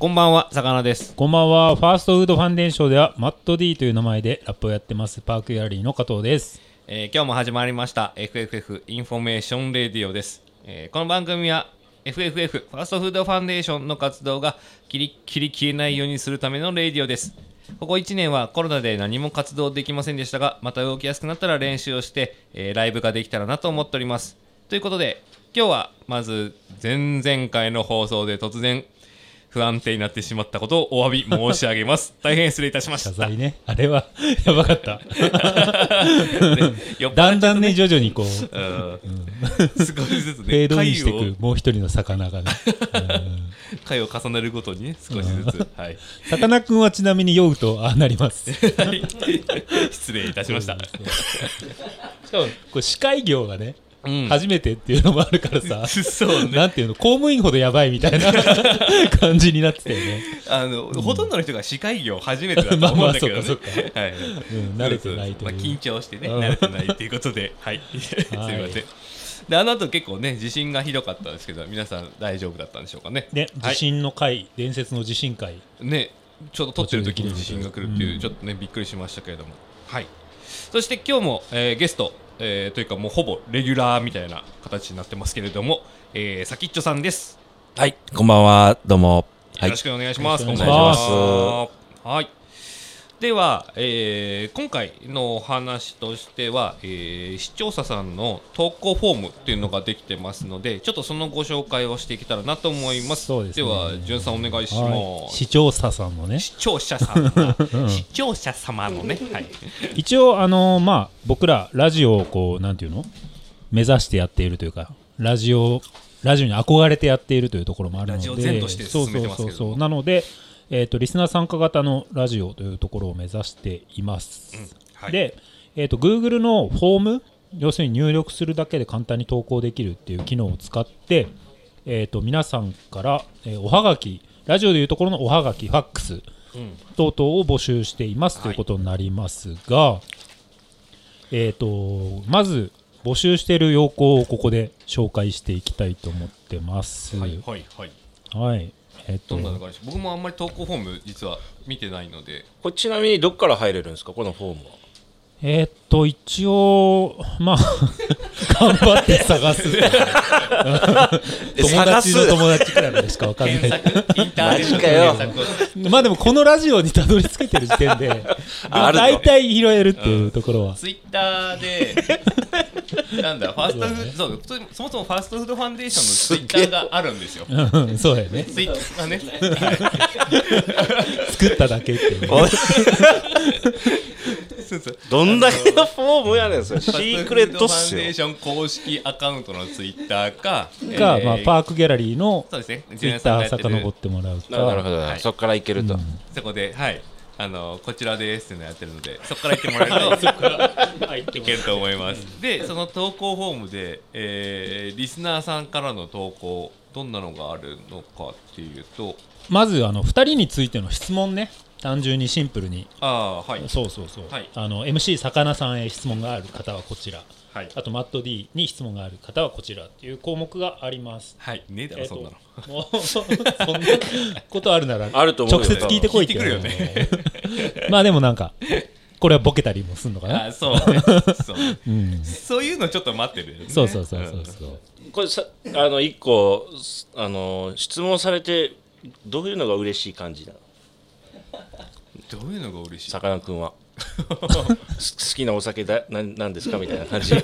こんばんは、さかなです。こんばんは。ファーストフードファンデーションでは、マット D という名前でラップをやってます、パークギャラリーの加藤です。えー今日も始まりました FFF インフォメーションレディオです、えーこの番組は FFF ファーストフードファンデーションの活動がキリッキリ消えないようにするためのレディオですここ1年はコロナで何も活動できませんでしたがまた動きやすくなったら練習をして、えーライブができたらなと思っておりますということで今日はまず前々回の放送で突然不安定になってしまったことをお詫び申し上げます大変失礼いたしまし謝た罪ね。 あれは、やばかった。酔っ払っちゃっただんだんね、徐々にこう、 フうん、少しずつェねードインしてく回る、もう一人の魚がね。を回を重ねるごとにね少しずつ、はい、 さかなクンはちなみに酔うと、ああなります。し失礼いたし ましたかも、こう司会業がね、うん初めてっていうのもあるから さ、そうねなんていうの、公務員ほどやばいみたいな 感じになってたよね。あの、ほとんどの人が司会業初めてだと思うんだけどね まあまあそっかそっはい、うん慣れてないというまあ、緊張してねうん慣れてないということではいすいません、 はいであの後結構ね地震がひどかったんですけど皆さん大丈夫だったんでしょうかねね、は地い震の回、伝説の地震回。ね、ちょうど撮ってる時に地震が来るっていう、うんちょっとね、びっくりしましたけれども、はい、そして今日も、えーゲスト、えーというか、もうほぼレギュラーみたいな形になってますけれども、えー、さきっちょさんです。はい、こんばんは、どうも。はよいろし、くお願いします。よろしくお願いしますこんばんははいでは、えー今回のお話としては、えー視聴者さんの投稿フォームっていうのができてますのでちょっとそのご紹介をしていけたらなと思いますそうですねではじゅんさんお願いしはまいす視聴者さんのね視聴者様、視聴者様のね、はい、 一応あのまあ僕らラジオをこうなんていうの目指してやっているというかラジオラジオに憧れてやっているというところもあるのでラジオ全として進めてますけれどもそうそうそうそうなのでえっ、とリスナー参加型のラジオというところを目指しています、はいで、えー、と Google のフォーム要するに入力するだけで簡単に投稿できるっていう機能を使って、えー、と皆さんから、えーおはがきラジオでいうところのおはがきファックスうん、等々を募集していますはいということになりますが、えっ、とまず募集している要項をここで紹介していきたいと思ってます。ははいい、はいはいえっ、どんなのとがあるでしょう僕もあんまり投稿フォーム実は見てないのでこれちなみにどっから入れるんですか、このフォームは。えっ、と一応まあ 頑張って 探す 友達の友達くらいまでしかわかん検ない。索インターネットマジかよ検索をまあでもこのラジオにたどり着けてる時点でああるの大体拾えるっていうところは、ツイッターで なんだファーストフードそう普通にそもそもファーストフードファンデーションのツイッターがあるんですようん そうだよねツイッターね作っただけって いうねそうそう どんだけのフォームやねん、それ。シファースートクフレーットドっファすンデーよ。ション公式アカウントのツイッターかか、まあ、パーークギャラリーのそうですねツイッジュタニーアさんがやってる遡ってもらうななるか、ほど、はいそこからいけると。そこではいあのこちらですっていうのやってるのでそこから行ってもらえるといけると思います。 で、その投稿フォームで、えーリスナーさんからの投稿、どんなのがあるのかっていうと、まずあの2人についての質問ね単純にシンプルにああー、はい、そうそうそう、はいあの MC さかなさんへ質問がある方はこちらはい、あとマット D に質問がある方はこちらっていう項目がありますはい、ねえだろ、えっとそんなの。もうそんなことあるならあると思うよ直接聞いてこいって言われてもまあでもなんかこれはボケたりもすんのかあな、ーそう ね、そう、うん、そういうのちょっと待ってるよね、そうそうそうそうそう、これさ、あの、一個、すあの、質問されて、どういうのが嬉しい感じなのうんどういうのが嬉しいさかなクン は。す好きなお酒だななんですかみたいな感じ。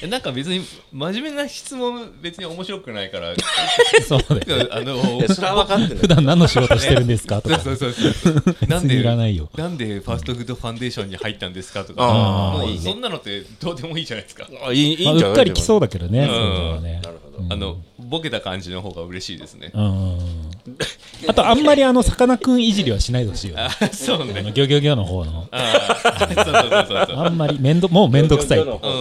えなんか別に真面目な質問別に面白くないから そうだよあのいやそれは分かってんだ普よ。段何の仕事してるんです かとかそうそうそうそうなん別にでいらないんよでファーストフードファンデーションに入ったんですかとあかーもいういそねんなのってどうでもいいじゃないですか あいいいまいあ、んじゃうっかり来そうだ。だけどね、うんそういうのはねなるほど。あのボケた感じの方が嬉しいですねう。ん、あとあんまりあのさかなクンいじりはしないでほしいよ、ね、そうあのね。ギョギョギョの方のあーそうそうそうそう。あんまりめんどもうめんどくさい今日の方うん、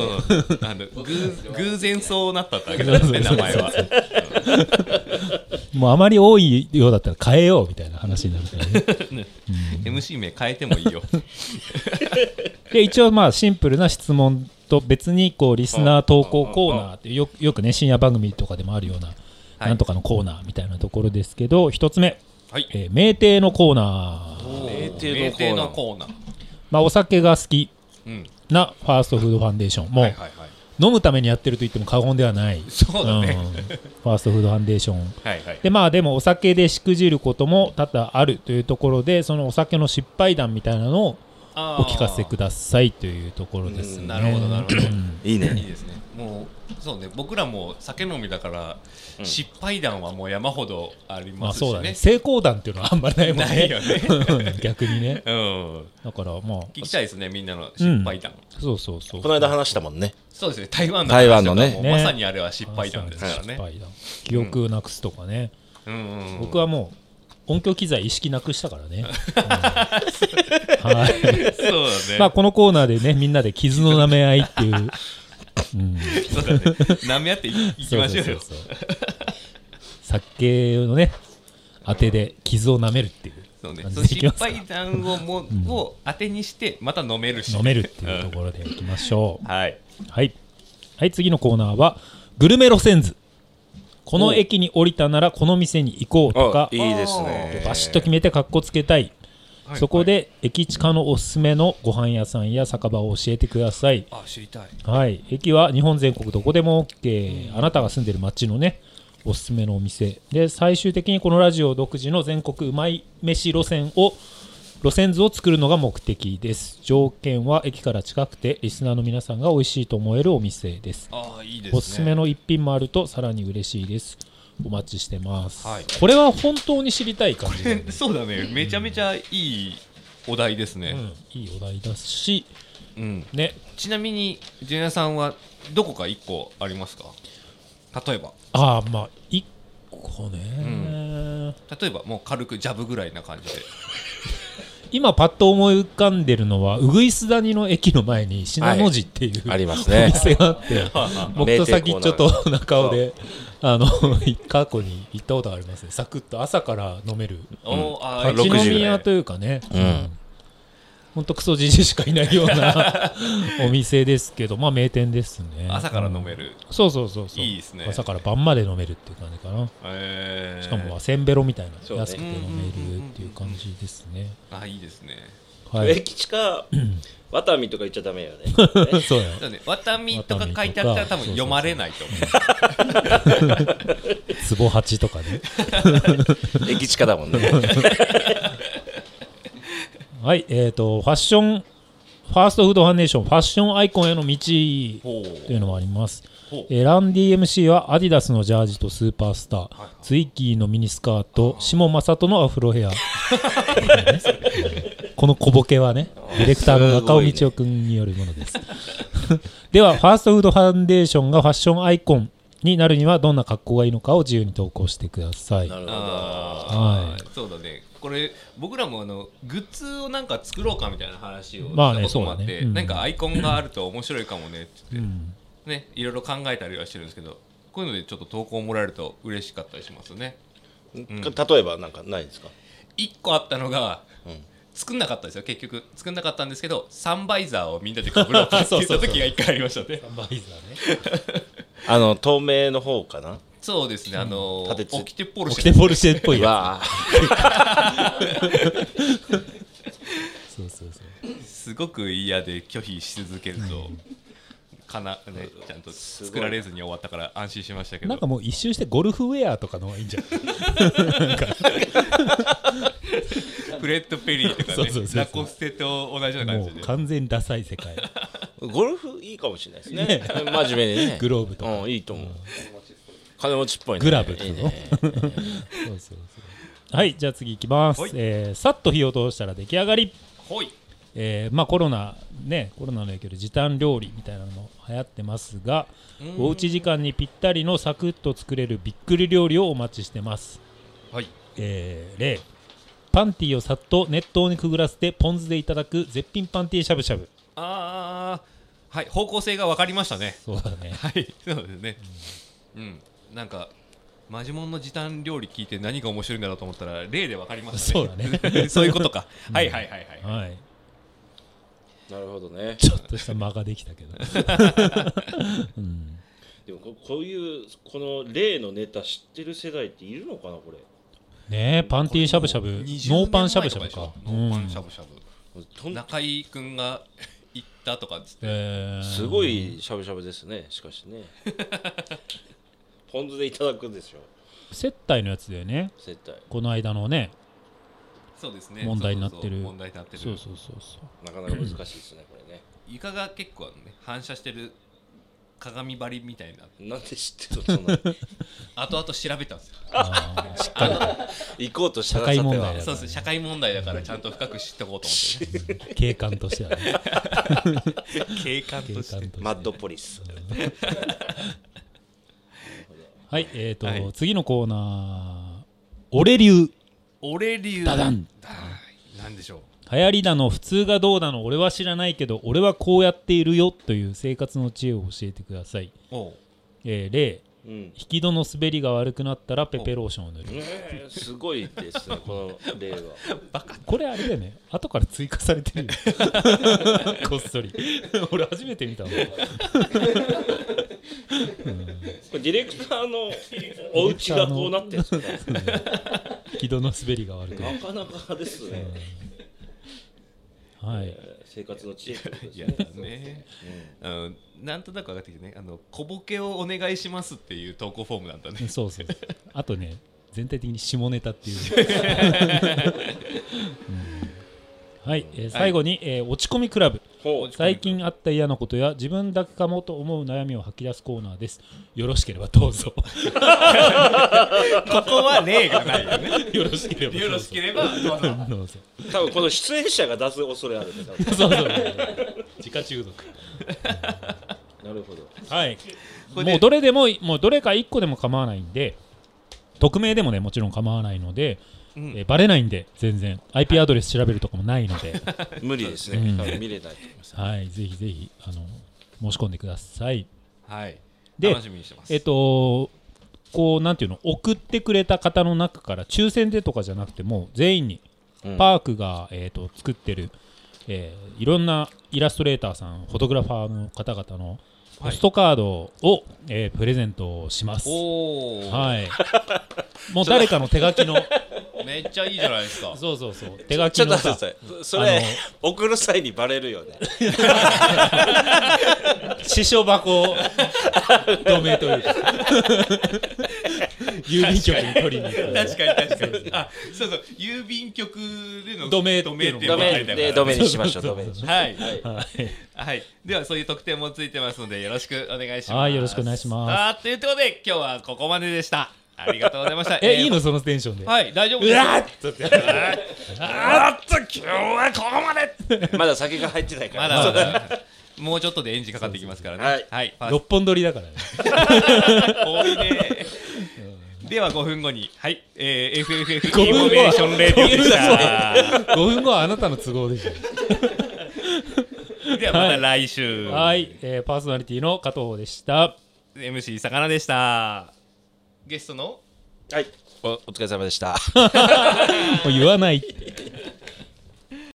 あの偶偶然そうなっただけなんですね、名前は。もうあまり多いようだったら変えようみたいな話になるか らね MC 名変えてもいいよ。で一応まあシンプルな質問と別にこうリスナー投稿コーナーってよよくね深夜番組とかでもあるようななんとかのコーナーみたいなところですけど一つ目はいえー名店のコーナー、名名店店ののココーナーまあ、お酒が好きうんなファーストフードファンデーションもう、はいはいはい飲むためにやってると言っても過言ではない そうだねんファーストフードファンデーションはいはいでまあでもお酒でしくじることも多々あるというところでそのお酒の失敗談みたいなのをお聞かせくだださいというところですうんね。なるほどなるほどうんいいいいねですねもうそうね僕らも酒飲みだから、うん失敗談はもう山ほどありままあすしね,、そうだね成功談っていうのはあんまりないもんねないよね 逆にねうんだからまあ聞きたいですねみんなの失敗談、そうそうそうこの間話したもんねそうですね台湾の台湾のね話とかもねまさにあれは失敗談ですからね失敗談記憶をなくすとかね、うんうんうん僕はもう音響機材意識なくしたからね、 うんはいそうだね、まあこのコーナーでねみんなで傷の舐め合いっていう、うん、そうだね舐め合っていいきましょうよそうそうそうそう酒のね当てで傷を舐めるっていうそうね感そじのでい失きますか敗談をも、を当てにしてまた飲めるし飲めるっていうところでいきましょうはいはい、はい、次のコーナーはグルメ路線図この駅に降りたならこの店に行こうとあかいいですねバシッと決めてかっこつけたい、そこで駅近のおすすめのご飯屋さんや酒場を教えてくださいあ知りたいはい駅は日本全国どこでも OK、あなたが住んでる町のねおすすめのお店で最終的にこのラジオ独自の全国うまい飯路線を路線図を作るのが目的です条件は駅から近くてリスナーの皆さんが美味しいと思えるお店ですあいいですねおすすめの一品もあるとさらに嬉しいですお待ちしてます、はいこれは本当に知りたい感じだよね、 そうだねめちゃめちゃいいお題ですうね、ん、いいお題だしうんねちなみにジュニアさんはどこか一個ありますか例えばああまあ1個ね、例えばもう軽くジャブぐらいな感じで今パッと思い浮かんでるのはうぐいす谷の駅の前に信濃寺っていう、ありますねお店があって 僕と先ちょっと中尾で あの過去に行ったことありますねサクッと朝から飲めるおーあーあ立ち一番飲60み屋ねというかね、うんほんとクソじじいしかいないような お店ですけどまあ名店ですね朝から飲める、そうそうそうそういいですね朝から晩まで飲めるっていう感じかなえーしかもまあせんべろみたいなそうね安くて飲めるっていう感じですねあいいですねはい 駅近ワタミとか言っちゃダメよねそうだよそうねワタミとか書いてあったら多分読まれないと思うつぼ八とかね 駅近だもんねはいえっ、とファッションファーストフードファンデーションファッションアイコンへの道とほういうのもありますほうえーランディ MC はアディダスのジャージとスーパースター、ツイッギーのミニスカート下正人のアフロヘアこの小ボケはねディレクターの中尾道夫君によるものです、 ではファーストフードファンデーションがファッションアイコンになるにはどんな格好がいいのかを自由に投稿してくださいなるほどあはーそうだねこれ僕らもあのグッズをなんか作ろうかみたいな話をしまあたねこともあって、そうだねうんなんかアイコンがあると面白いかもねってう言って、んねいろいろ考えたりはしてるんですけどこういうのでちょっと投稿もらえると嬉しかったりしますね例えばなんかないんですか一個あったのがうん作んなかったんですよ結局作んなかったんですけどサンバイザーをみんなでかぶろうかって言った時が一回ありましたねあの透明の方かなそうですねあの立てつオキテポルオシキェテポルシェっぽいやわあつそうそうそうすごく嫌で拒否し続けるとかな、ね、ちゃんと作られずに終わったから安心しましたけどなんかもう一周してゴルフウェアとかの方がいいんじゃないフレッド・ペリーとかそうねそうそうそうラコステと同じような感もじでう完全にダサい世界 ゴルフいいかもしれないですねね真面目 にねグローブとかうんいいと思う金持ちっぽいねグラブとかいいねそうそうそうはいじゃあ次いきますはい、えーさっと火を通したら出来上がり、ほいえーまあ、コロナねコロナの影響で時短料理みたいなのも流行ってますがおうち時間にぴったりのサクッと作れるびっくり料理をお待ちしてます、はいえー例パンティをさっと熱湯にくぐらせてポン酢でいただく絶品パンティしゃぶしゃぶあーはい方向性が分かりましたねそうだねはいそうですねうん、なんかマジモンの時短料理聞いて何が面白いんだろうと思ったら例で分かりましたねそうだ ねそういうことか、はいはいはいはい、はいなるほどねちょっとした間ができたけどうんでもここういうこの例のネタ知ってる世代っているのかなこれねえパンティーしゃぶしゃぶノーパンしゃぶしゃぶ20か年前とでょノーパンしゃぶぶしゃぶとん中井くんが 行ったとかっつってえーすごいしゃぶしゃぶですねしかし ねポン酢でいただくでしょ接待のやつだよね接待この間のねそうですね問題になってそうそるうそう問題になってるそうそうそうそうなかなか難しいですねこれねイカが結構あのね反射してる鏡張りみたいななんで知ってるのそんなの後々調べたんですよあーしっか行こうとした社ら会さ問て題はだそうです社会問題だからちゃんと深く知っておこうと思ってり警官としてはね警官 と警官としてしてマッドポリスはいえーと、はい次のコーナー俺流俺流ダダンだなんでしょう流行りだの普通がどうだの俺は知らないけど俺はこうやっているよという生活の知恵を教えてください、おうえー、例うん引き戸の滑りが悪くなったらペペローションを塗るねえすごいですねこの例はこれあれだよね後から追加され てるよこっそり俺初めて見たのこれディレクターのお家がこうなってるんですか引き戸の滑りが悪くなるなかなかですね、はい生活の知恵ってことですいやねだね、あのなんとなく分かってきてねあの小ボケをお願いしますっていう投稿フォームなんだねそうそうそうあとね全体的に下ネタっていう、うんはい、えー最後に、えー落ち込みクラブほう最近あった嫌なことや自分だけかもと思う悩みを吐き出すコーナーですよろしければどうぞ ここは例がないよね よろしけ ればどうぞよろしければどうぞ どうぞ多分この出演者が出す恐れあるね多分そうそう自家中毒なるほどはいこれでもうどれでももうどれか1個でも構わないんで匿名でもねもちろん構わないので、うんえーバレないんで全然 IP アドレス調べるとかもないので、無理ですうねん多分見れないと思いますはい、ぜひぜひあの申し込んでください。はいで楽しみにしてますえっと、こうなんていうの、送ってくれた方の中から抽選でとかじゃなくてもう全員にうんパークが、えっと作ってる、えーいろんなイラストレーターさん、フォトグラファーの方々のポストカードを、えープレゼントします。おお、はい。もう誰かの手書きの、めっちゃいいじゃないですかそうそうそう、手書ちょきっのと待っさてくだ、さいそそれ送る際にバレるよね師匠箱を同盟 というか郵便局に取りに行 く確かに確かにあそうそう郵便局でのドメドメっていうドのがあメりだからでドメにしましょうドメにしましはいょうはいはいはい、ではそういう特典もついてますのでよろしくお願いします。はいよろしくお願いしますあーということで今日はここまでで した。ありがとうございました。え、いいののそのテンションで、はい大丈夫です。うわっとあーっと今日はここまで。まだ酒が入ってないかまらだまだもうちょっとでエンジンかかってきますからね。そうそうはい、パー六本撮りだからね多いね。 では5分後に、はい、えー、FFF 5インフォ分後メーションレディオでした。 5分後はあなたの都合でしではまた来週。ょはい、えーパーソナリティの加藤でした。 MC さかなでした。ゲストのはいおお疲れ様でしたもう言わないって